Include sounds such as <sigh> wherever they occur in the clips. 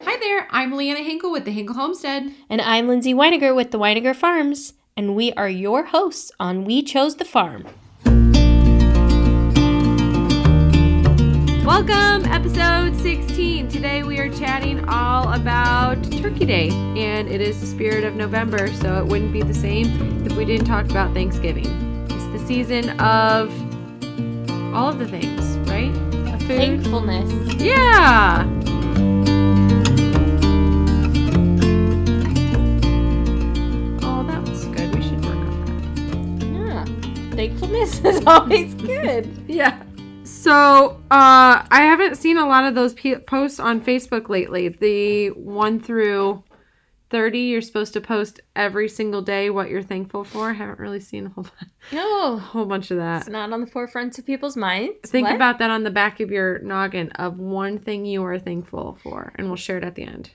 there. I'm Leanna Hinkle with the Hinkle Homestead. And I'm Lindsay Weiniger with the Weiniger Farms, and we are your hosts on We Chose the Farm. Welcome, episode 16. Today we are chatting all about Turkey Day, and it is the spirit of November, so it wouldn't be the same if we didn't talk about Thanksgiving. It's the season of all of the things, right? Of food. Thankfulness. Yeah. Oh, that was good. We should work on that. Yeah. Thankfulness <laughs> is always good. Yeah. So uh, I haven't seen a lot of those pe- posts on Facebook lately. The one through thirty, you're supposed to post every single day what you're thankful for. I haven't really seen a whole, bu- <laughs> No. a whole bunch of It's that. not on the forefront of people's minds. Think What? about that on the back of your noggin of one thing you are thankful for, and we'll share it at the end.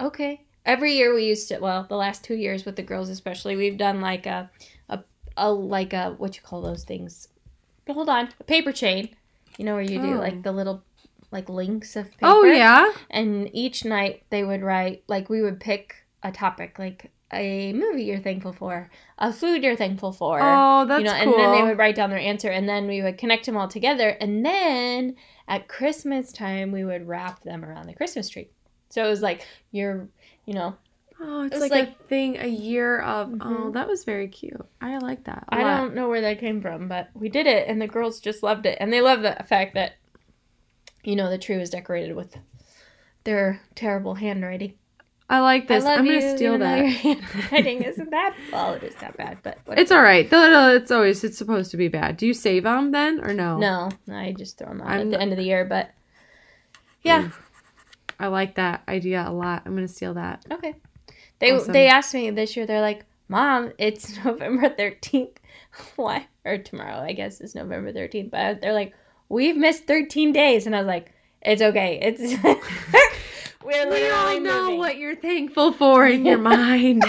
Okay. Every year we used to well, the last two years with the girls especially, we've done like a a, a like a what you call those things. Hold on. A paper chain. You know where you do Oh. like the little like links of paper. Oh yeah, And each night they would write, like, we would pick a topic, like a movie you're thankful for, a food you're thankful for. oh that's and cool. then they would write down their answer, and then we would connect them all together. And then at Christmas time, we would wrap them around the Christmas tree. So it was like, you're, you know, oh, it's it like, was a thing a year of. Oh, Mhm. that was very cute. I like that. I I don't know where that came from, but we did it, and the girls just loved it. And they love the fact that, you know, the tree was decorated with their terrible handwriting. I like this. I love am you. gonna steal even though that. Your <laughs> <laughs> handwriting isn't that well. It is that bad, but whatever. It's all right. No, no, it's always it's supposed to be bad. Do you save them then or no? No, I just throw them out I'm- at the end of the year. But yeah, I like that idea a lot. I'm gonna steal that. okay. They Awesome. they asked me this year. They're like, "Mom, it's <laughs> November thirteenth. <laughs> Why? Or tomorrow? I guess is November thirteenth. But I- they're like, we've missed thirteen days, and I was like, it's okay. It's <laughs> we're We literally all know moving. what you're thankful for in <laughs> your mind.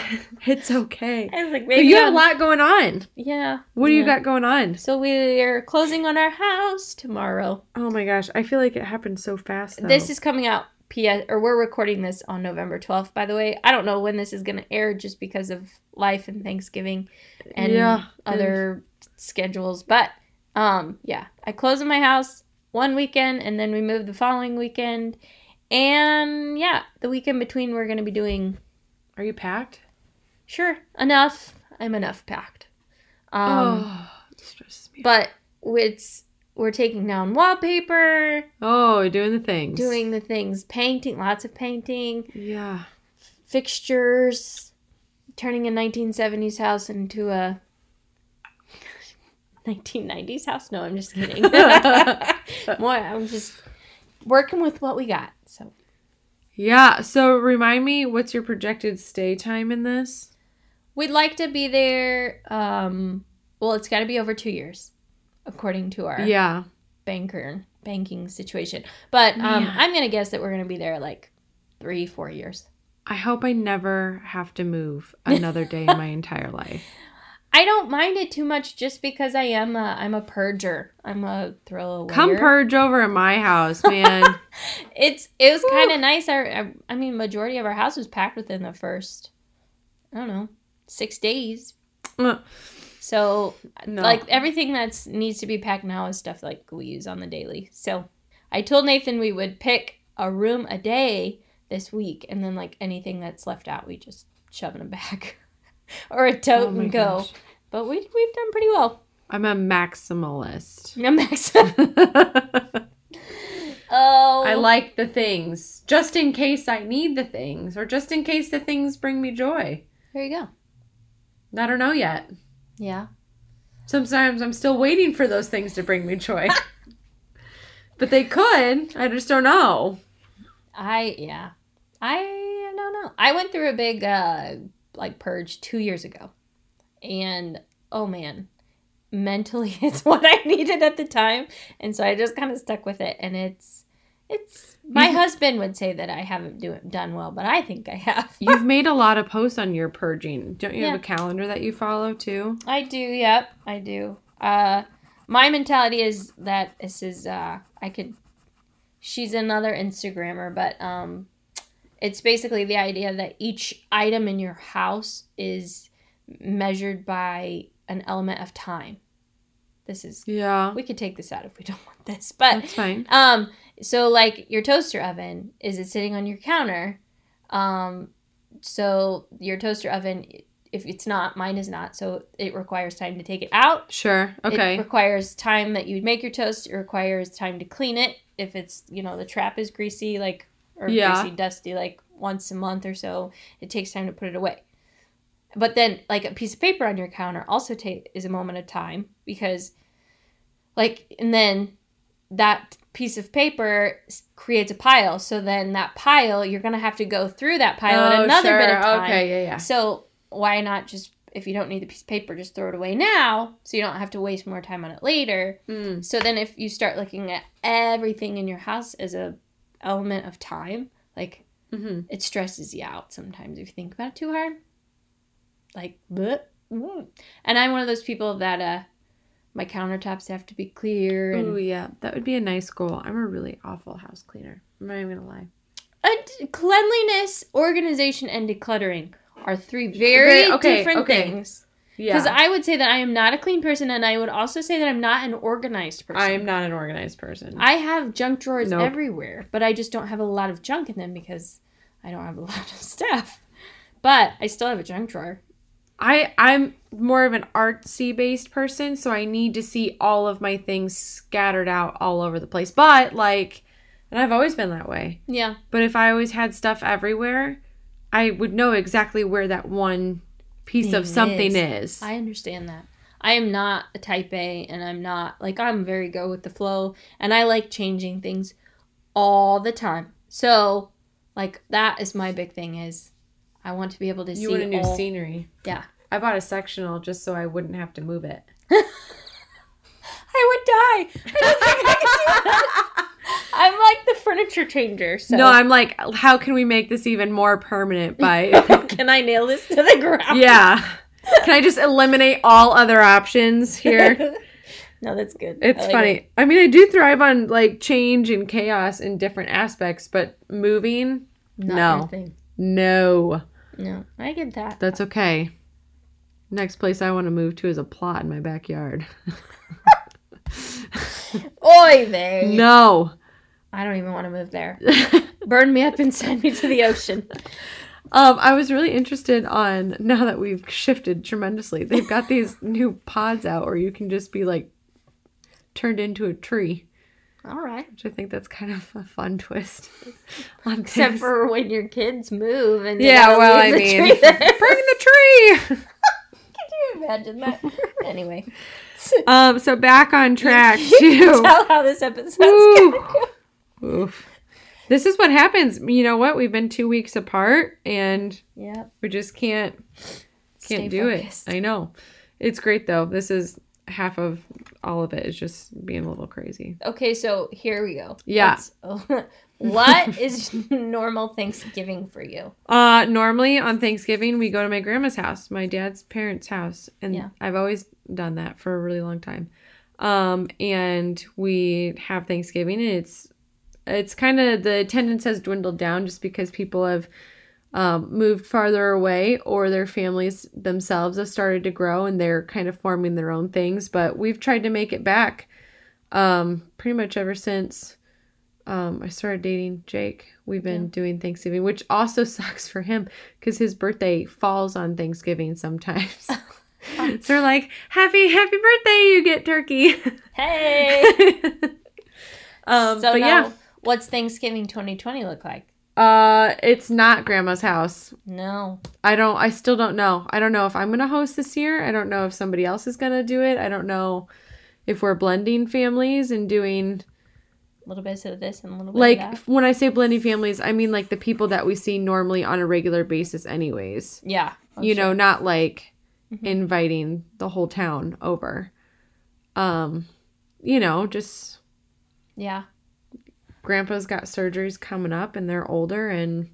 it's okay. I was like, But maybe you have I'm- a lot going on. Yeah. What do you yeah. got going on? So we are closing on our house tomorrow. Oh my gosh, I feel like it happened so fast. Though. This is coming out PS or we're recording this on November 12th by the way. I don't know when this is going to air just because of life and Thanksgiving and Yeah, other schedules, but um yeah, I close in my house one weekend and then we move the following weekend. And yeah, the weekend between we're going to be doing Are you packed? sure enough. I'm enough packed. Um oh, it stresses me. out. but it's we're taking down wallpaper, oh, you're doing the things. doing the things, painting, lots of painting. Yeah. fixtures, turning a 1970s house into a 1990s house. No, I'm just kidding. <laughs> More, I'm just working with what we got. So Yeah. So remind me, what's your projected stay time in this? we'd like to be there. Um, well, it's got to be over two years, according to our Yeah. banker banking situation. But um, Man. I'm gonna guess that we're gonna be there like three, four years. I hope I never have to <laughs> move another day in my entire life. I don't mind it too much, just because I am a I'm a purger. I'm a throwaway. Come purge over at my <laughs> house, man. It's it was Whew. kind of nice. Our, our I mean, majority of our house was packed within the first, I don't know, six days. Uh, So no. like everything that's needs to be packed now is stuff like we use on the daily. So I told Nathan we would pick a room a day this week, and then like anything that's left out, we just shove in a bag <laughs> or a tote Oh my and go. gosh. But we we've done pretty well. I'm a <laughs> maximalist. No max. I oh, like the things just in case I need the things or just in case the things bring me joy. There you go. I don't know yet. Yeah. Sometimes I'm still waiting for those things to bring me <laughs> joy. but they could. I just don't know. I yeah. I don't know. I went through a big uh like purge 2 years ago. And oh man, mentally <laughs> it's what I needed at the time, and so I just kind of stuck with it and it's it's my husband would say that I haven't do, done well, but I think I have. You've made a lot of posts on your purging. Don't you Yeah. have a calendar that you follow too? I do, yep, I do. Uh my mentality is that this is uh I could she's another Instagrammer, but um It's basically the idea that each item in your house is measured by an element of time. This is Yeah. we could take this out if we don't want this, but That's fine. um, so like your toaster oven, is it sitting on your counter? Um, so your toaster oven, if it's not, mine is not. So it requires time to take it out. Sure. It Okay. requires time that you make your toast. It requires time to clean it. If it's you know the trap is greasy, like or Yeah. greasy dusty, like once a month or so, it takes time to put it away. But then, like a piece of paper on your counter also take is a moment of time because, like, and then that piece of paper s- creates a pile. So then that pile, you're gonna have to go through that pile at another bit of time. Oh, Okay. Yeah. Yeah. So why not just if you don't need the piece of paper, just throw it away now so you don't have to waste more time on it later. Mm. So then if you start looking at everything in your house as a element of time, like hmm it stresses you out sometimes if you think about it too hard. Like bleh, mm. and I'm one of those people that uh my countertops have to be clear and Ooh, yeah. That would be a nice goal. I'm a really awful house cleaner. I'm not even gonna lie. Uh, d- cleanliness, organization, and decluttering are three very Very- okay, different okay. things. Yeah. Because I would say that I am not a clean person, and I would also say that I'm not an organized person. I am not an organized person. I have junk drawers Nope. everywhere, but I just don't have a lot of junk in them because I don't have a <laughs> lot of stuff. But I still have a junk drawer. I I'm more of an artsy based person, so I need to see all of my things scattered out all over the place. But like, and I've always been that way. Yeah, But if I always had stuff everywhere, I would know exactly where that one piece Thing of something is. I understand that. I am not a type A, and I'm not like I'm very go with the flow, and I like changing things all the time. So, like that is my big thing is I want to be able to see. you want a new all- scenery? Yeah. I bought a sectional just so I wouldn't have to move it. I would die. I don't think I could do that. <laughs> I'm like the furniture changer. So No, I'm like, how can we make this even more permanent <laughs> by <laughs> can I nail this to the ground? Yeah. Can I just eliminate all other options <laughs> here? <laughs> no, that's good. I It's like funny. it. I mean, I do thrive on like change and chaos in different aspects, but moving, Not No. your thing. no. No, I get that. That's okay. Next place I want to move to is a plot in my backyard. Oy vey. No. I don't even want to <laughs> move there. um, Burn me up and send me to the ocean. Um, I was really interested on now that we've shifted tremendously. They've got <laughs> these new pods out where you can just be like turned into a tree, All right. which I think that's kind of a fun <laughs> twist. on <laughs> Except things. for when your kids move and you Yeah, gotta well, I leave the mean, tree there. <laughs> burn the tree. Could you imagine that? anyway, <laughs> Um, so back <laughs> on track you can too. tell how this episode's Woo. going. Go. <laughs> Oof. This is what happens. You know what? We've been two weeks apart, and Yeah, we just can't can't Stay do focused. it. I know. It's great though. This is half of all of it is just being a little crazy. Okay, so here we go. Yeah. Let's- <laughs> what is normal Thanksgiving for you? Uh, normally on Thanksgiving we go to my grandma's house, my dad's parents' house, and Yeah. I've always done that for a really long time. Um, and we have Thanksgiving, and it's it's kind of the attendance has dwindled down just because people have um, moved farther away or their families themselves have started to grow and they're kind of forming their own things. But we've tried to make it back um, pretty much ever since um, I started dating Jake. We've been Yeah. doing Thanksgiving, which also <laughs> sucks for him because his birthday falls on Thanksgiving <laughs> sometimes. <laughs> so we're like, happy, happy birthday, you get turkey. <laughs> Hey. um, so but now, yeah, what's Thanksgiving 2020 look like? uh, it's not grandma's house. No. I don't. I still don't know. I don't know if I'm gonna host this year. I don't know if somebody else is gonna do it. I don't know if we're blending families and doing A little bit of this and a little bit like of that. f- when I say blending families, I mean like the people that we see normally on a regular basis, anyways. Yeah. Oh, you sure. know, not like Mhm. inviting the whole town over. Um, you know, just Yeah. grandpa's got surgeries coming up and they're older and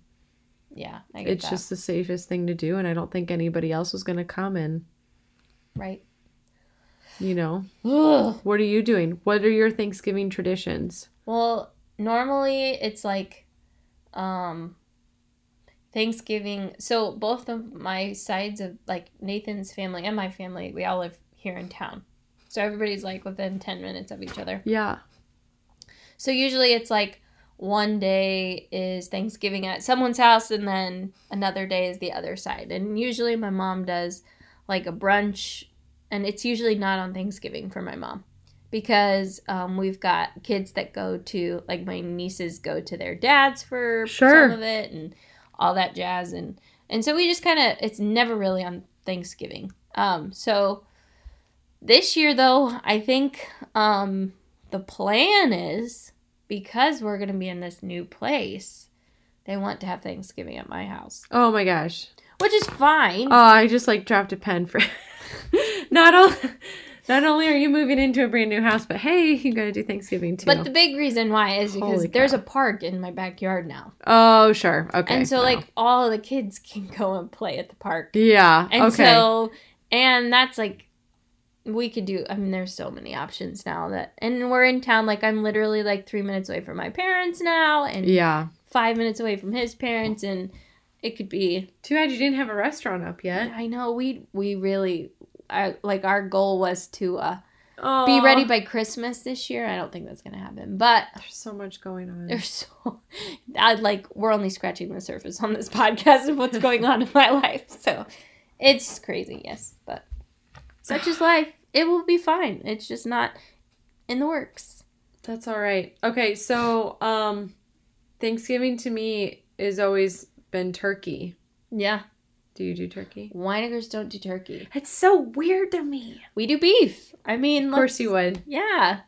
Yeah. I get it's that. just the safest thing to do and I don't think anybody else was gonna come and right. you know. Ugh. What are you doing? What are your Thanksgiving traditions? Well, normally it's like um Thanksgiving. So both of my sides of like Nathan's family and my family, we all live here in town. So everybody's like within 10 minutes of each other. Yeah. So usually it's like one day is Thanksgiving at someone's house and then another day is the other side. And usually my mom does like a brunch and it's usually not on Thanksgiving for my mom because um, we've got kids that go to like my nieces go to their dads for Sure. some of it and all that jazz and and so we just kind of it's never really on Thanksgiving. Um, so this year though, I think um, the plan is because we're going to be in this new place, they want to have Thanksgiving at my house, Oh my gosh. which is fine. Oh, I just like dropped a pen for <laughs> not only not only are you moving into a brand new house, but hey, you gotta do Thanksgiving too. but the big reason why is because Holy there's cow. a park in my backyard now. oh sure. Okay. and so, wow. like, all the kids <laughs> can go and play at the park. Yeah. And okay. so, and that's like, we could do, I mean, there's so many options now that, and we're in town. Like, I'm literally like three minutes away from my parents now and yeah. five minutes away from his parents. And it could be Too bad you didn't have a restaurant up yet. I know we we really I, like our goal was to uh, Oh be ready by Christmas this year. I don't think that's gonna happen, but There's so much going on. there's so I like we're only scratching the surface on this podcast of what's going on in my life. So it's crazy, yes, but such is life. It will be fine. It's just not in the works. That's all right. Okay, so um Thanksgiving to me is always been turkey. Yeah, Do you do turkey? Weinigers don't do turkey. It's so weird to me. We do beef. I mean, Of course you would. Yeah.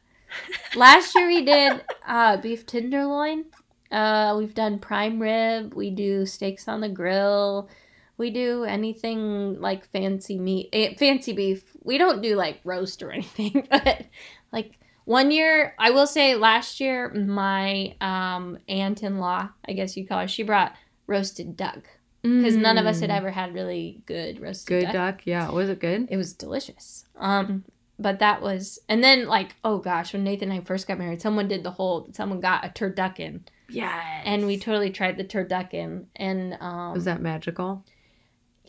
Last year we did uh, beef tenderloin. Uh, we've done prime rib. We do steaks on the grill. We do anything like fancy meat, eh, fancy beef. We don't do like roast or <laughs> anything, but like one year, I will say last year, my um, aunt in law, I guess you'd call her, she brought roasted duck because none of us had Mm. ever had really good roasted Good duck duck, yeah. Was it good? it was delicious. Um, but that was, and then like, oh gosh, when Nathan and I first got married, someone did the whole, someone got a turducken, Yeah. and we totally tried the turducken, and um, was that magical?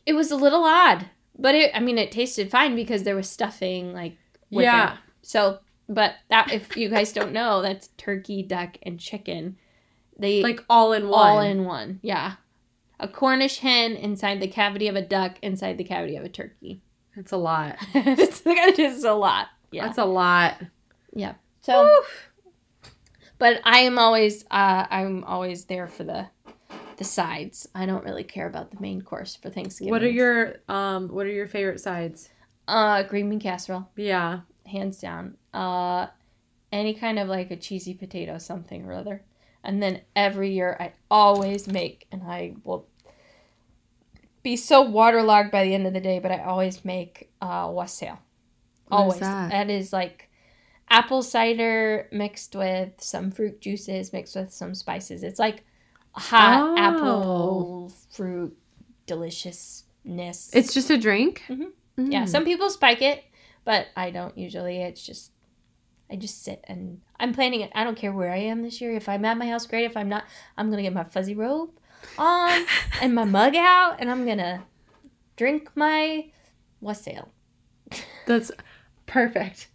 it was a little odd, but it, I mean, it tasted fine because there was stuffing like, with it. So, but that if you guys don't know, that's turkey, duck, and chicken. They like all in one. all in one, yeah. A Cornish hen inside the cavity of a duck, inside the cavity of a turkey. <laughs> That's a lot. it's, it's just a lot. Yeah. That's a lot. So, but I am always, uh, I'm always there for the, the sides. I don't really care about the main course for Thanksgiving. What are your um what are your favorite sides? uh, green bean casserole, Yeah. hands down. Uh, any kind of like a cheesy potato something or other. And then every year I always make, and I will be so waterlogged by the end of the day, but I always make uh, wassail. What is Always. that? that is like apple cider mixed with some fruit juices, mixed with some spices. It's like hot Oh. apple fruit deliciousness. It's just a drink? Mm. Mhm. Mm-hmm. Yeah, Hmm. some people spike it, but I don't usually. It's just I just sit and I'm planning it. I don't care where I am this year. If I'm at my house, great. If I'm not, I'm gonna get my fuzzy robe on and my mug out, and I'm gonna drink my wassail. That's perfect.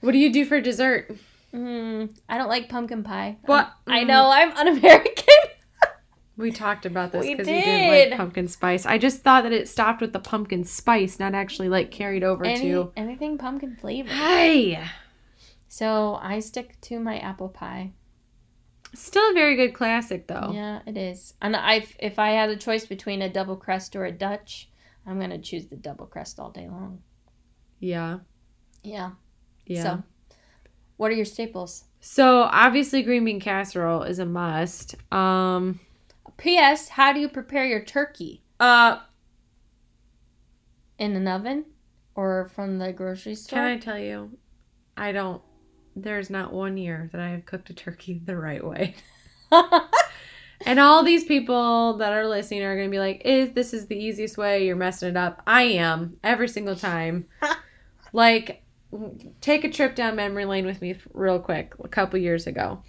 What do you do for dessert? Mm, I don't like pumpkin pie. What? I know I'm un-American. We talked about this We because you didn't did. like pumpkin spice. I just thought that it stopped with the pumpkin spice, not actually like carried over Any, to. anything pumpkin flavored. Hey, So I stick to my apple pie. still a very good classic though. Yeah, it is. And I, if I had a choice between a double crust or a Dutch, I'm gonna choose the double crust all day long. Yeah, Yeah. yeah. So, what are your staples? so obviously green bean casserole is a must. Um, P.S. How do you prepare your turkey Uh, in an oven or from the grocery store? can I tell you? I don't. There's not one year that I have cooked a turkey <laughs> the right way. And all these people that are listening are going to be like, "Is this is the easiest way? You're messing it up." I am every single time. like, w- take a trip down memory lane with me f- real quick. A couple years ago,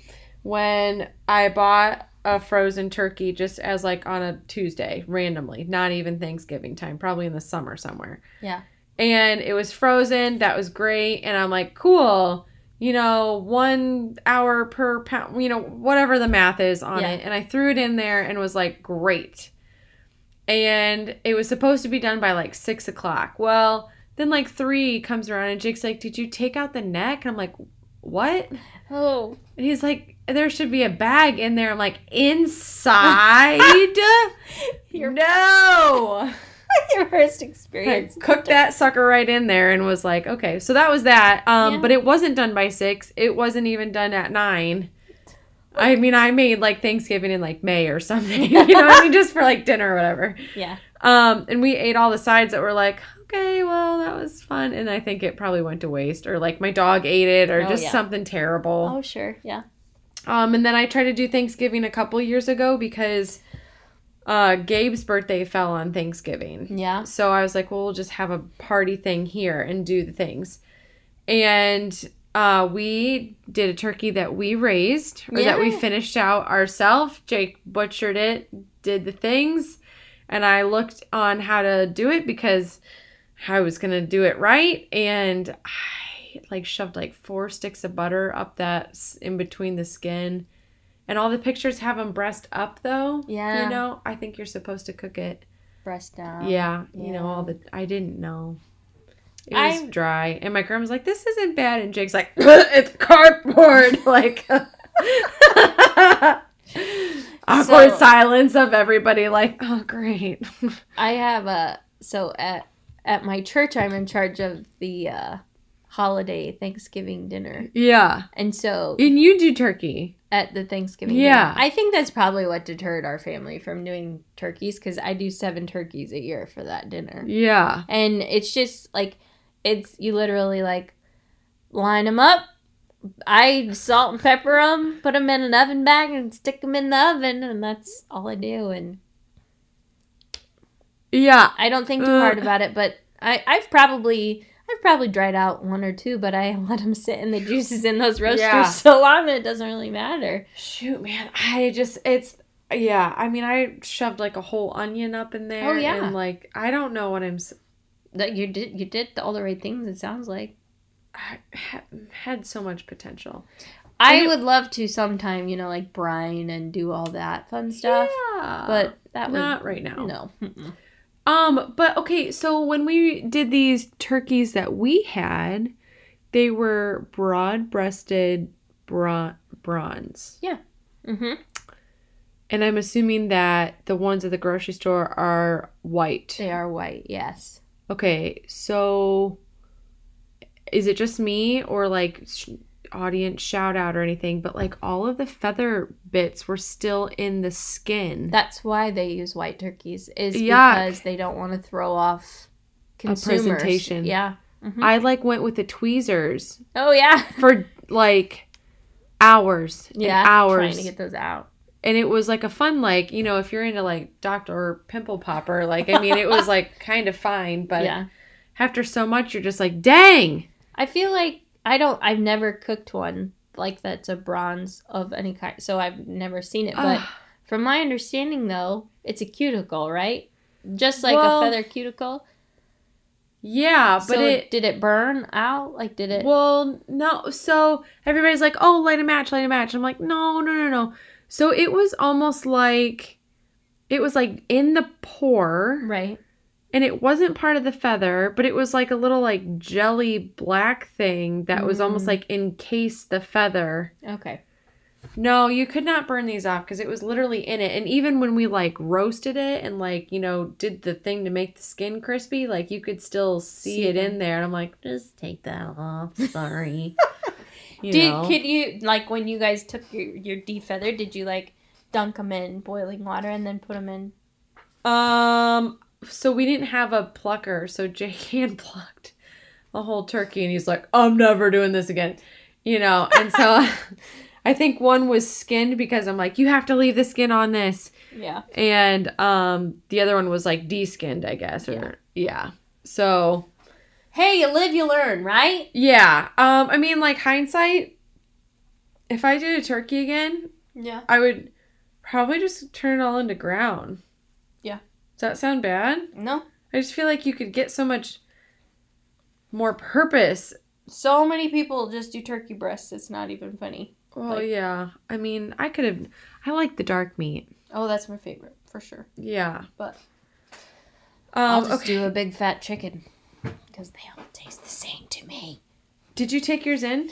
when I bought a frozen turkey just as like on a Tuesday randomly, not even Thanksgiving time, probably in the summer somewhere. Yeah. And it was frozen. That was great. And I'm like, cool. You know, one hour per pound, you know, whatever the math is on Yeah. it. And I threw it in there and was like, great. And it was supposed to be done by like six o'clock. Well, then like three comes around and Jake's like, did you take out the neck? And I'm like, what? <laughs> Oh. And he's like, there should be a bag in there. I'm like, <laughs> inside? Your, no. <laughs> your first I experience. cooked that sucker right in there and was like, okay. So that was that. Um, Yeah. But it wasn't done by six. It wasn't even done at nine. I mean, I made like Thanksgiving in like May or something, <laughs> you know what I mean? Just for like dinner or whatever. Yeah. Um, and we ate all the sides that were like, okay, well, that was fun. And I think it probably went to waste or like my dog ate it or Oh, just yeah. something terrible. Oh, sure. Yeah. Um, and then I tried to do Thanksgiving a couple years ago because uh, Gabe's birthday fell on Thanksgiving. Yeah. So I was like, well, we'll just have a party thing here and do the things. And uh, we did a turkey that we raised or that we Yeah. finished out ourselves. Jake butchered it, did the things. And I looked on how to do it because I was going to do it right. And I like shoved like four sticks of butter up that s- in between the skin. And all the pictures have them breast up though. Yeah. You know, I think you're supposed to cook it Breast down. Um, yeah, you know all yeah. the I didn't know. It was I- dry, and my grandma's like, "This isn't bad," and Jake's <laughs> like, "It's cardboard." <laughs> Like awkward So- silence of everybody. Like, oh great. <laughs> I have a so at at my church I'm in charge of the uh holiday Thanksgiving dinner. yeah, And so and you do turkey. at the Thanksgiving Yeah. dinner, I think that's probably what deterred our family from doing turkeys cuz I do 7 turkeys a year for that dinner. Yeah, And it's just like it's you literally like line them up I salt and pepper them, put them in an oven bag, and stick them in the oven, and that's all I do. And yeah. I don't think too Ugh. hard about it, but I, I've probably I've probably dried out one or two, but I <laughs> let them sit in the juices in those roasters Yeah. so long that it doesn't really matter. Shoot, man, I just it's yeah. I mean, I shoved like a whole onion up in there. yeah. and like I don't know what I'm. s- That you did you did all the right things. It sounds like I had, had so much potential. I you- would love to sometime you know like brine and do all that fun stuff, Yeah. but that would not right now. no. Mm-mm. Um, but okay, so when we did these turkeys that we had, they were broad-breasted bron- bronze. Mm-hmm. And I'm assuming that the ones at the grocery store are white. They are white. Yes. Okay, so is it just me or like sh- audience shout out or anything, but like all of the feather bits were still in the skin. That's why they use white turkeys is Yuck. because they don't want to throw off consumers. presentation. Yeah. Mhm. I like went with the tweezers oh yeah. for like hours and Yeah. hours Trying to get those out. and it was like a fun like you know if you're into like doctor pimple popper like i mean it was <laughs> like kind of fine but yeah after so much you're just like dang i feel like i don't i've never cooked one like that's a bronze of any kind so i've never seen it but Ugh. from my understanding though it's a cuticle right just like Well, a feather cuticle yeah but so it did it burn out like did it well no so everybody's like oh light a match light a match i'm like no no no no so it was almost like it was like in the pour right and it wasn't part of the feather but it was like a little like jelly black thing that was almost Mm. like encased the feather okay No, you could not burn these off because it was literally in it. And even when we like roasted it and like, you know, did the thing to make the skin crispy, like you could still see, See it them. in there. And I'm like, just take that off. Sorry. you did know? could you like when you guys took your your defeather did you like dunk them in boiling water and then put them in um so we didn't have a plucker, so Jake <laughs> hand plucked a whole turkey and he's like, I'm never doing this again. You know, and so I think one was skinned because I'm like, you have to leave the skin on this. yeah and um the other one was like deskinned i guess or yeah, so hey you live you learn right yeah um i mean like hindsight if i did a turkey again yeah i would Probably just turn it all into ground. Yeah. Does that sound bad? No. I just feel like you could get so much more purpose. So many people just do turkey breasts. It's not even funny. Well, Like- yeah. I mean, I could have. I like the dark meat. Oh, that's my favorite for sure. Yeah. But I'll Um, just okay. do a big fat chicken because they all taste the same to me. Did you take yours in?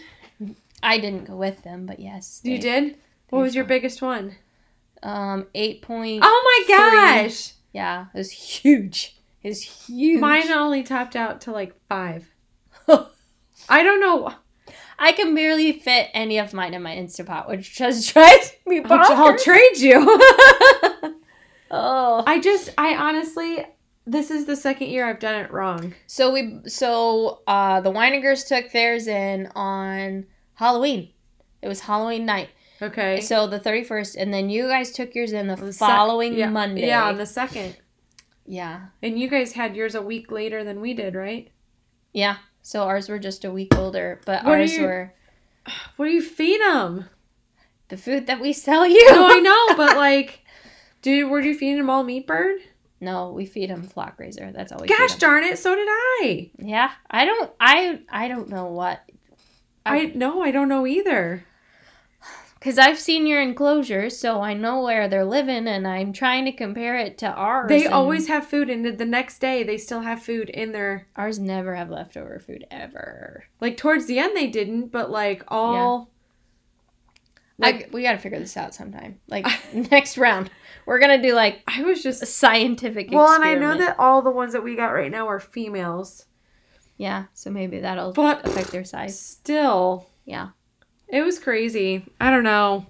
I didn't go with them, but yes, You they- did. What was Thanks. your biggest one? Um, eight point. Oh my Three. gosh! Yeah, it was huge. It was huge. Mine only topped out to like <laughs> five. I don't know. I can barely fit any of mine in my Instapot, which just <laughs> drives me I'll, I'll bonkers. trade you. <laughs> oh. I just, I honestly, this is the second year I've done it wrong. So we, so uh, the Weiningers took theirs in on Halloween. It was Halloween night, Okay. so the thirty first, and then you guys took yours in the, The sec- following yeah, Monday. Yeah, on the second. yeah, And you guys had yours a week later than we did, right? Yeah. So ours were just a week older, but What do ours you- were What do you feed them? the food that we sell you. No, I know, <laughs> but like, dude, were you feeding them all meat bird? No, we feed them flock raiser. That's all we feed Gosh 'em. darn it! So did I. Yeah. I don't. I I don't know what. I no, I don't know either. Because I've seen your enclosure, so I know where they're living, and I'm trying to compare it to ours. They and always have food, and the next day they still have food in their ours never have leftover food ever. Like towards the end they didn't, but like all Like we got to figure this out sometime. Like <laughs> next round, we're gonna do like I was a just scientific. well, and I know experiment. that all the ones that we got right now are females. Yeah. So maybe that'll But- affect their size. Still, Yeah. it was crazy. I don't know.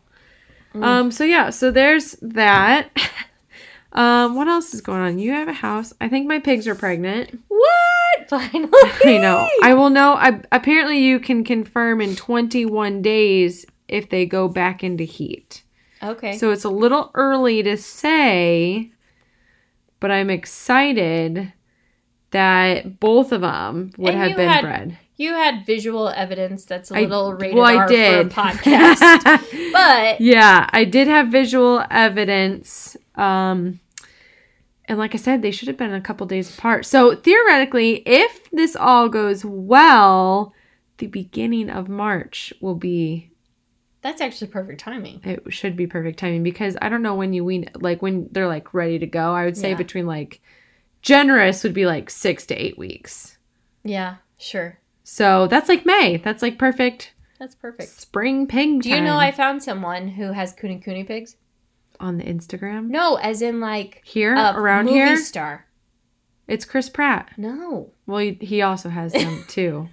Mm. Um so yeah, so there's that. <laughs> um what else is going on? You have a house. I think my pigs are pregnant. What? <laughs> Finally. I know. I will know. I, apparently you can confirm in 21 days if they go back into heat. Okay. So it's a little early to say, but I'm excited that both of them would And have you been had bred. you had visual evidence that's a I- little rated well, I R did. <laughs> for a podcast. but yeah, I did have visual evidence. Um, and like I said, they should have been a couple days apart. So theoretically, if this all goes well, the beginning of March will be that's actually perfect timing. it should be perfect timing because I don't know when you wean like when they're like ready to go. I would say Yeah. between like generous would be like six to eight weeks. Yeah, sure. So that's like May. That's like perfect That's perfect. spring pig. Do you know I time. found someone who has Kuni Kuni pigs? on the Instagram No, as in like here a around movie here? star. It's Chris Pratt. No. Well, he, he also has them <laughs> too.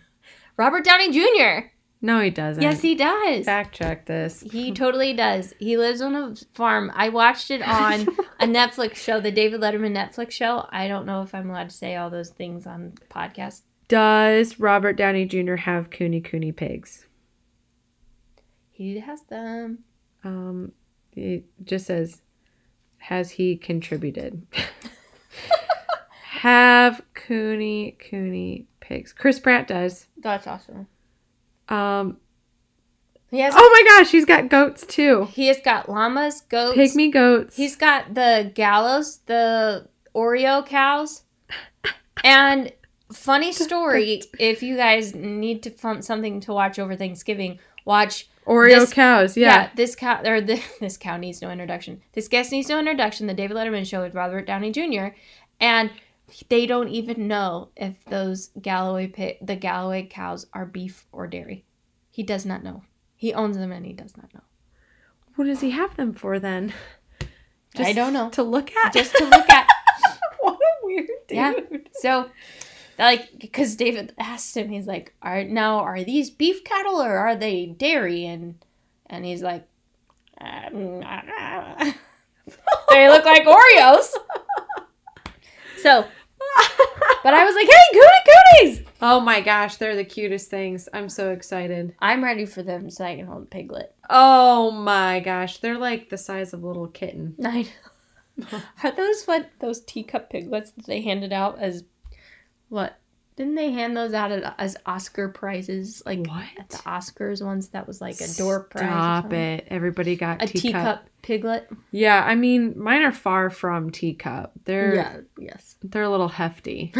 Robert Downey Jr. No, he doesn't. Yes, he does. fact check this. He totally does. He lives on a farm. I watched it on <laughs> a Netflix show, the David Letterman Netflix show. I don't know if I'm allowed to say all those things on podcast. <laughs> Does Robert Downey Jr. have Cooney Cooney pigs? He has them. Um, it just says, has he <laughs> contributed? Have Cooney Cooney pigs? Chris Pratt does. That's awesome. Um, He has oh my gosh, he's got goats too. he has got llamas, goats. Pygmy goats. He's got the gallows, the Oreo cows. and funny story, if you guys need to find something to watch over Thanksgiving, watch Oreo this- cows. yeah, Yeah. this cow or the, <laughs> this cow needs no introduction. This guest needs no introduction. The David Letterman show with Robert Downey Jr. and they don't even know if those Galloway pit the Galloway cows are beef or dairy. He does not know. He owns them and he does not know. What does he have them for then? I don't know. To look at. Just <laughs> to look at. what a weird dude. Yeah. So, like, because David asked him, he's like, "Are now are these beef cattle or are they dairy?" And and he's like, "Um, <laughs> ah." "They look like Oreos." So, but I was like, "Hey, cootie cooties!" oh my gosh, they're the cutest things. I'm so excited. I'm ready for them so I can hold a piglet. <laughs> Oh my gosh, they're like the size of a little kitten. I know. Are those what those teacup piglets that they handed out as what? Didn't they hand those out at, as Oscar prizes? Like what? at the Oscars once that was like a door prize. or Stop something. it. Everybody got A teacup. piglet. Yeah, I mean, mine are far from teacup. They're Yeah. Yes. they're a little hefty.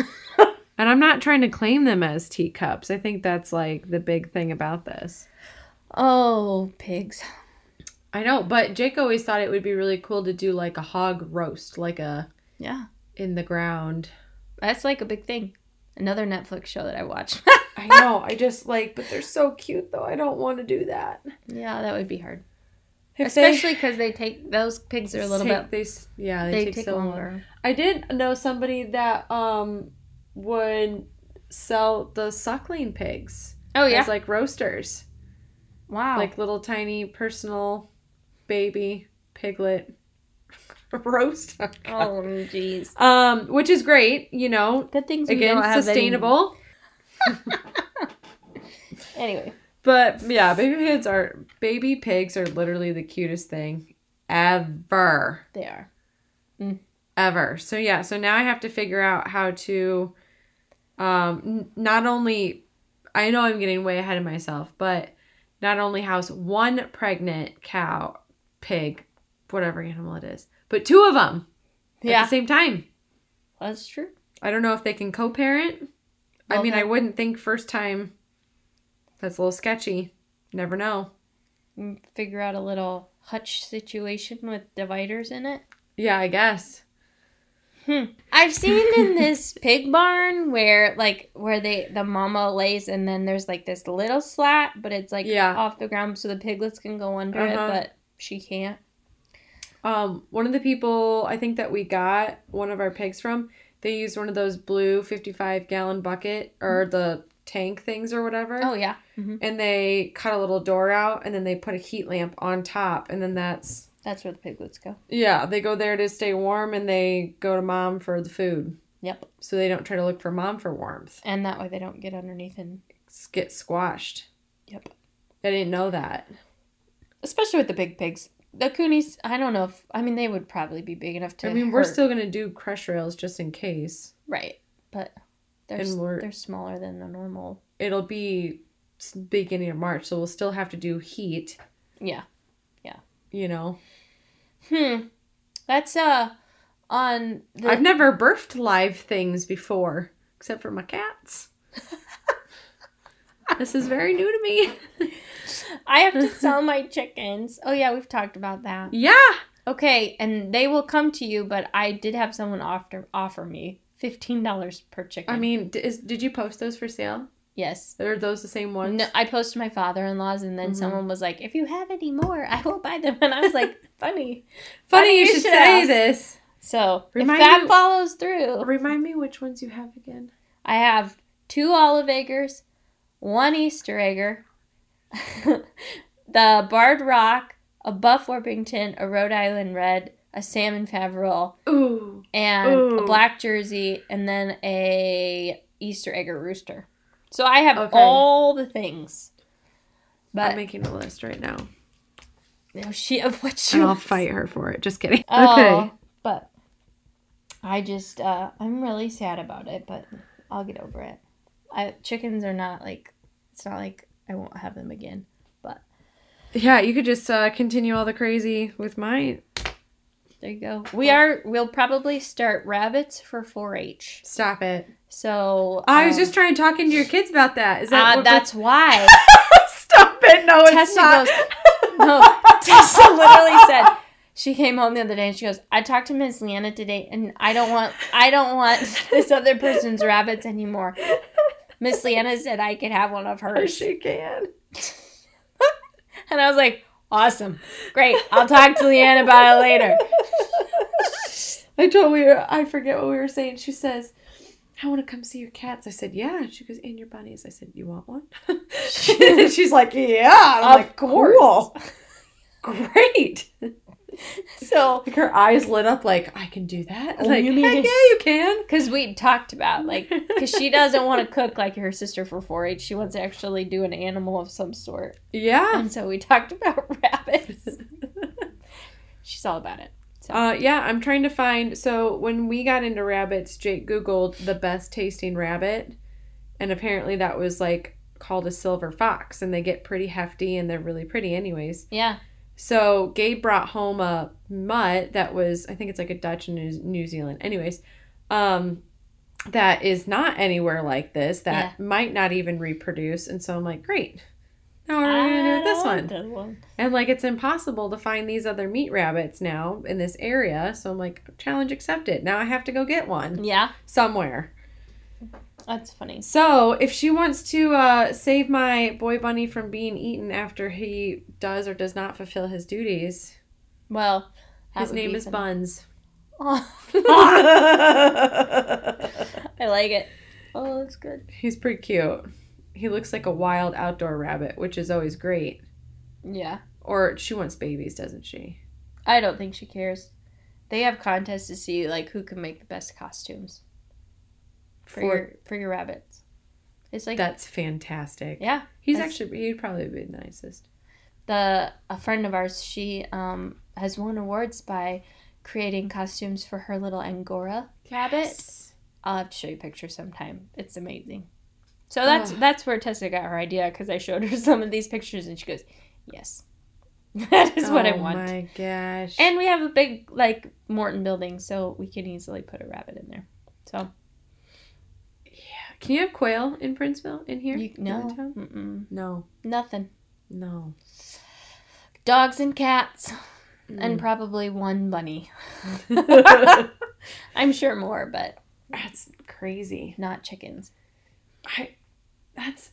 and I'm not trying to claim them as teacups. I think that's like the big thing about this. Oh, pigs. I know, but Jake always thought it would be really cool to do like a hog roast, like a Yeah. in the ground. That's like a big thing. Another Netflix show that I watched. I know. I just like, but they're so cute though. I don't want to do that. <laughs> yeah, that would be hard. If Especially because they take those pigs are a little take- bit. They, s- yeah, They, they, take, so long. longer. I did know somebody that um would sell the suckling pigs Oh yeah. as like roasters, wow. like little tiny personal baby piglet <laughs> roast. <laughs> oh jeez. Um, which is great, you know. Good things we don't Again, have that anymore. sustainable, <laughs> Anyway. but yeah, baby pigs are baby pigs are literally the cutest thing ever. They are. ever. So yeah, so now I have to figure out how to um n- not only I know I'm getting way ahead of myself, but not only house one pregnant cow, pig, whatever animal it is, but two of them at Yeah. the same time. That's true. I don't know if they can co-parent. I Well, mean, that- I wouldn't think first time. That's a little sketchy. Never know. Mm, Figure out a little hutch situation with dividers in it. Yeah, I guess. I've seen in this pig barn where like where they the mama lays and then there's like this little slat, but it's like Yeah. off the ground so the piglets can go under Uh-huh. it, but she can't. Um, one of the people I think that we got one of our pigs from, they used one of those blue 55 gallon bucket or the tank things or whatever. Mm-hmm. Oh yeah, hmm And they cut a little door out and then they put a heat lamp on top. And then that's, that's where the piglets go. yeah, they go there to stay warm and they go to mom for the food. Yep, So they don't try to look for mom for warmth. and that way they don't get underneath and S- Get squashed. yep, I didn't know that. especially with the big pigs. The coonies, I don't know if I mean they would probably be big enough to. I mean, we're hurt- still going to do crush rails just in case. right, but they're And s- we're- they're smaller than the normal. It'll be s- beginning of March, so we'll still have to do heat, Yeah. you know. Hmm. That's uh on the I've never birthed live things before, except for my <laughs> cats. this is very new to <laughs> me. I <laughs> have to sell my chickens. Oh yeah, we've talked about that. Yeah. Okay, and they will come to you, but I did have someone offer offer me fifteen dollars per chicken. I mean, d- is, did you post those for sale? yes. Are those the same ones? No, I posted my father in law's, and then Mhm. someone was like, "If you have any more, <laughs> I will buy them." And I was <laughs> like, "Funny." Funny you should say ask. this. So Remind if that you- follows through, Remind me which ones you have again. I have two olive eggers, one Easter egger, <laughs> the barred rock, a buff Orpington, a Rhode Island red, a salmon faverel, Ooh. and a Ooh. black jersey and then a Easter egg or rooster. So I have Okay. all the things. I'm But making a list right now. no, she <laughs> of what she And I'll wants. fight her for it. Just kidding. Oh, Okay. But I just uh I'm really sad about it, but I'll get over it. I chickens are not like it's not like I won't have them again. Yeah, you could just uh, continue all the crazy with mine. There you go. We Oh. are we'll probably start rabbits for 4H. Stop it. So I was um, just trying talking to your kids about that. Is that uh, what that's why. <laughs> Stop it. No, it's Tessa not. goes, <laughs> no, Tessa literally said she came home the other day and she goes, I talked to Miss Leanna today and I don't want I don't want this other person's rabbits anymore. Miss Leanna said I could have one of hers. she can. And I was like, Awesome. Great. I'll talk to Leanna about it later. I told we were, I forget what we were saying. She says, I want to come see your cats. I said, yeah. And she goes, and your bunnies. I said, you want <laughs> one? <laughs> She's like, yeah. And I'm Of like, cool. Great. So Like her eyes lit up like, I can do that. Oh, like, you mean- heck yeah, you can. because we talked <laughs> about like because she doesn't want to cook like her sister for 4-H. She wants to actually do an animal of some sort. Yeah. And so we talked about <laughs> rabbits. She's all about it. Uh, yeah, I'm trying to find. So when we got into rabbits, Jake Googled the best tasting rabbit. And apparently that was like called a silver fox. And they get pretty hefty and they're really pretty, anyways. Yeah. So Gabe brought home a mutt that was, I think it's like a Dutch and New, New Zealand. Anyways, um, that is not anywhere like this. That might not even reproduce. And so I'm like, great. Now what are we gonna do with Oh, this one? This one. And like it's impossible to find these other meat rabbits now in this area. So I'm like, challenge accepted. Now I have to go get one Yeah, somewhere. that's funny. So, if she wants to uh, save my boy bunny from being eaten after he does or does not fulfill his duties, Well, that his would be name is funny. <laughs> Buns. <laughs> I like it. Oh, that's good. He's pretty cute. He looks like a wild outdoor rabbit, which is always great. Yeah. Or she wants babies, doesn't she? I don't think she cares. They have contests to see like who can make the best costumes for, For- your for your rabbits. It's like That's fantastic. yeah, He's that's- actually he'd probably be the nicest. the a friend of ours she um has won awards by creating costumes for her little angora rabbit. Yes. I'll have to show you pictures sometime. It's amazing. So that's <sighs> Ugh. that's where Tessa got her idea because I showed her <laughs> some of these pictures and she goes, "Yes, <laughs> that is what I Oh want." my gosh. And we have a big like Morton building, so we can easily put a rabbit in there. So can you have quail in Princeville in here? you, In no, the town? mm-mm, No. nothing. No. Dogs and cats, and probably <laughs> one bunny. Mm. I'm sure more, but That's crazy. not chickens. I that's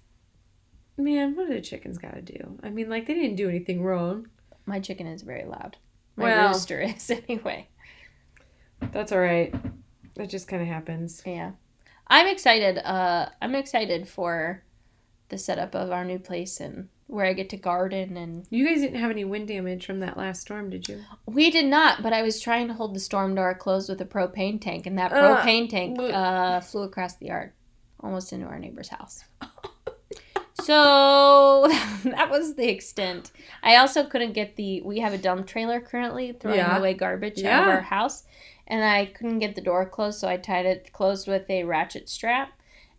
man, what do the chickens gotta do? I mean, like they didn't do anything wrong. My chicken is very loud. My Well. rooster is <laughs> anyway. That's all right. That just kind of happens. Yeah, I'm excited. Uh, I'm excited for the setup of our new place and where I get to garden and You guys didn't have any wind damage from that last storm, did you? We did not, but I was trying to hold the storm door closed with a propane tank, and that Ugh. propane tank Blech. uh, flew across the yard, almost into our <laughs> neighbor's house. so <laughs> that was the extent. I also couldn't get the. We have a dump trailer currently throwing Yeah. away garbage out Yeah. of our house, and I couldn't get the door closed, so I tied it closed with a ratchet strap,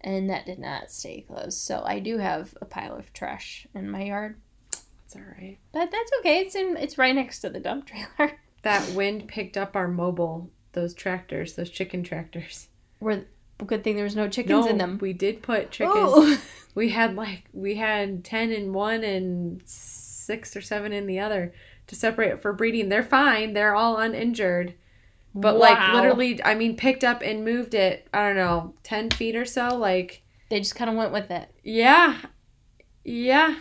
and that did not stay closed. So I do have a pile of trash in my yard, That's all right. but that's okay. It's in. It's right next to the dump trailer. That wind picked up our mobile, those tractors, those chicken tractors. Were good thing there was no Oh. chickens in them. we did put chickens. Ooh. We had like we had ten in one and six or seven in the other to separate it for breeding. They're fine. They're all uninjured. But like Wow. literally, I mean, picked up and moved it. I don't know, ten feet or so. Like, they just kind of went with it. yeah, yeah,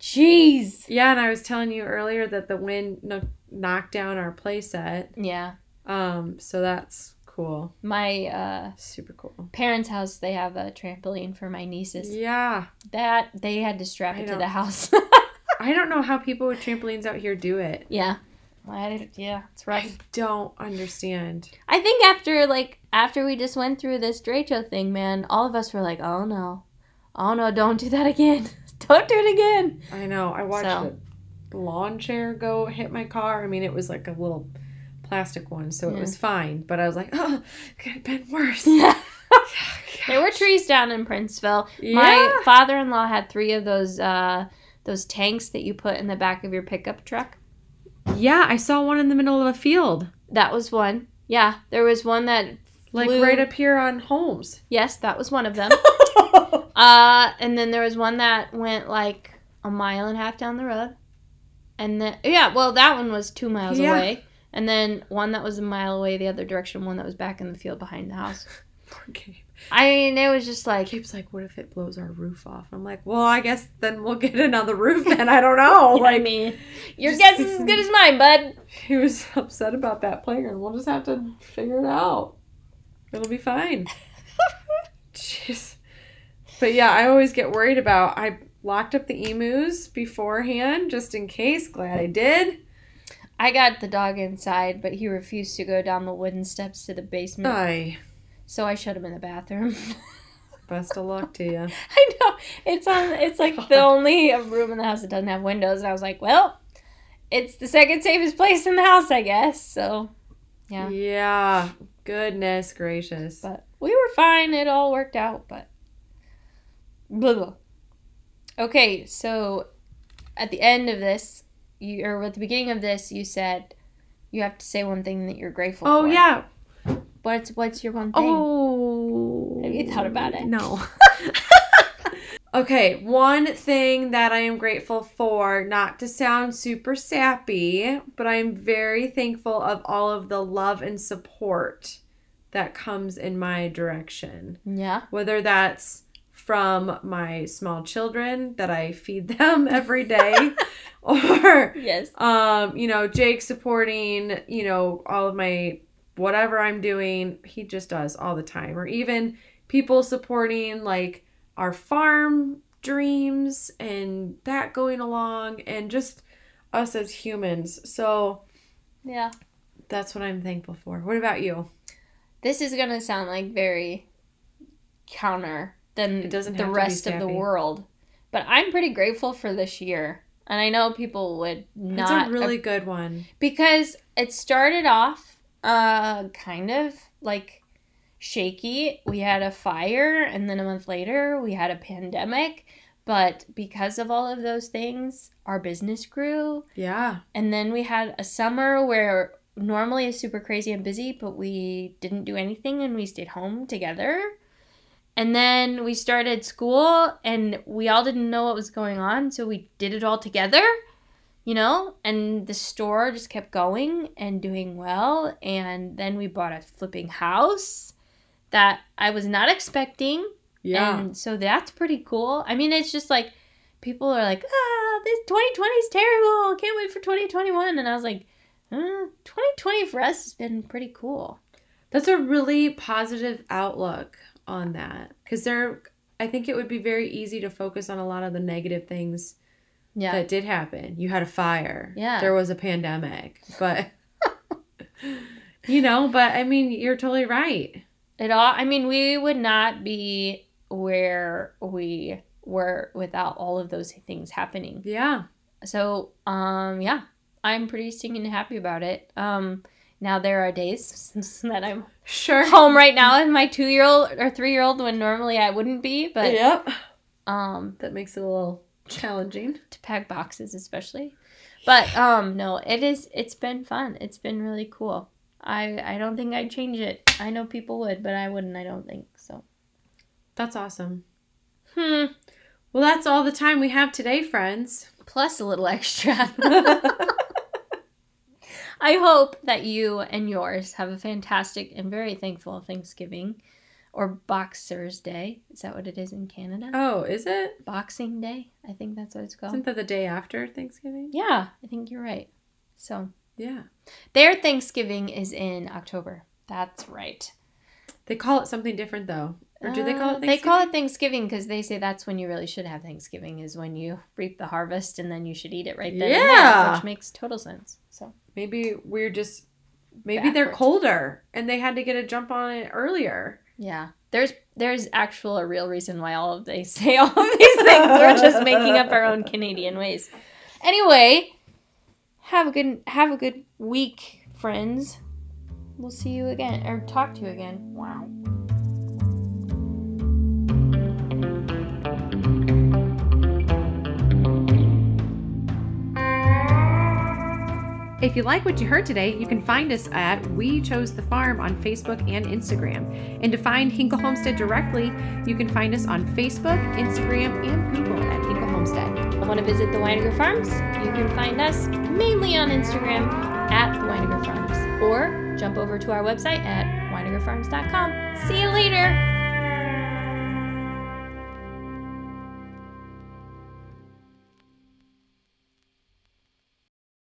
Jeez. yeah. And I was telling you earlier that the wind kno- knocked down our playset. Yeah, Um, so that's cool, my uh, super cool. parents' house they have a trampoline for my nieces. Yeah, That they had to strap I it to don't- the house. <laughs> I don't know how people with trampolines out here do it. yeah. I did- yeah, it's I rough. don't understand. I think after like after we just went through this Draco thing, man, all of us were like, "Oh no, oh no, don't do that again, <laughs> don't do it again." I know. I watched So- the lawn chair go hit my car. I mean, it was like a little plastic one, so Yeah. it was fine. But I was like, oh, could have been <laughs> worse. Yeah. there were Gosh. trees down in Princeville, Yeah. My father-in-law had three of those uh, those tanks that you put in the back of your pickup truck. yeah, I saw one in the middle of a field, That was one. Yeah, there was one that like Blue. right up here on <laughs> Holmes. yes, that was one of <laughs> them. oh uh, and then there was one that went like a mile and a half down the road. And then yeah, well that one was two miles Yeah. away. And then one that was a mile away the other direction, one that was back in the field behind <laughs> the house. Gabe. I mean, it was just like Gabe's like, what if it blows our roof off? I'm like, well, I guess then we'll get another roof. Then I don't <laughs> know. I Like mean, your just- guess is <laughs> as good as mine, bud. <laughs> he was upset about that playground. We'll just have to figure it out. It'll be fine. Jeez. But yeah, I always get worried about. I locked up the emus beforehand just in case. Glad I did. I got the dog inside, but he refused to go down the wooden steps to the basement, I so I shut him in the bathroom. <laughs> best of luck to you. I know it's on. It's like the only room in the house that doesn't have windows, and I was like, well, it's the second safest place in the house, I guess. So Yeah. Yeah. Goodness gracious. But we were fine. It all worked out. But blah, blah. okay, so at the end of this, you or at the beginning of this you said you have to say one thing that you're grateful Oh for. yeah. What's what's your one thing? Oh. Have you thought about it? No. <laughs> okay, one thing that I am grateful for, not to sound super sappy, but I am very thankful of all of the love and support that comes in my direction. Yeah. Whether that's from my small children that I feed <laughs> them every <laughs> day or Yes. um you know jake supporting you know all of my whatever i'm doing he just does all the time or even people supporting like our farm dreams and that going along and just us as humans so Yeah. that's what i'm thankful for what about you This is gonna sound like very counter than It doesn't the have to be rest of the sappy. world. But I'm pretty grateful for this year. And I know people would that's not a really good one because it started off uh kind of like shaky we had a fire and then a month later we had a pandemic but because of all of those things our business grew yeah and then we had a summer where normally is super crazy and busy but we didn't do anything and we stayed home together and then we started school and we all didn't know what was going on so we did it all together you know and the store just kept going and doing well and then we bought a flipping house that i was not expecting yeah and so that's pretty cool. I mean, it's just like people are like, ah, this 2020 is terrible. Can't wait for 2021. And I was like, uh, 2020 for us has been pretty cool. That's a really positive outlook on that because there, I think it would be very easy to focus on a lot of the negative things Yeah. that did happen. You had a fire. Yeah. There was a pandemic, but <laughs> you know, but I mean, you're totally right. It all, I mean, we would not be where we were without all of those things happening. Yeah. So, um, yeah, I'm pretty stinking happy about it. Um, now there are days <laughs> that I'm Sure. home right now with my two year old or three year old when normally I wouldn't be, but yep. um, That makes it a little challenging. to pack boxes especially but um no it is it's been fun it's been really cool i i don't think i'd change it i know people would but i wouldn't i don't think so That's awesome. hmm Well, that's all the time we have today, friends. <laughs> Oh, plus a little <laughs> extra i hope that you and yours have a fantastic and very thankful thanksgiving or boxers day is that what it is in canada Oh, is it? boxing day i think that's what it's called Isn't that the day after Thanksgiving? yeah i think you're right so Yeah. their thanksgiving is in october that's right They call it something different though. Or do they call Uh, it They call it Thanksgiving because they say that's when you really should have Thanksgiving is when you reap the harvest and then you should eat it right then. and there, Yeah. which makes total sense. So Maybe we're just maybe they're Backwards. colder and they had to get a jump on it earlier. yeah, there's there's actual a real reason why all of they say all <laughs> of these things. We're just making up our own Canadian ways. Anyway, have a good have a good week, friends. We'll see you again or talk to you again. Wow. If you like what you heard today, you can find us at We Chose the Farm on Facebook and Instagram. And to find Hinkle Homestead directly, you can find us on Facebook, Instagram, and Google at Hinkle Homestead. Want to visit the Weiniger Farms? You can find us mainly on Instagram at the Weiniger Farms or jump over to our website at weinigerfarms.com. See you later!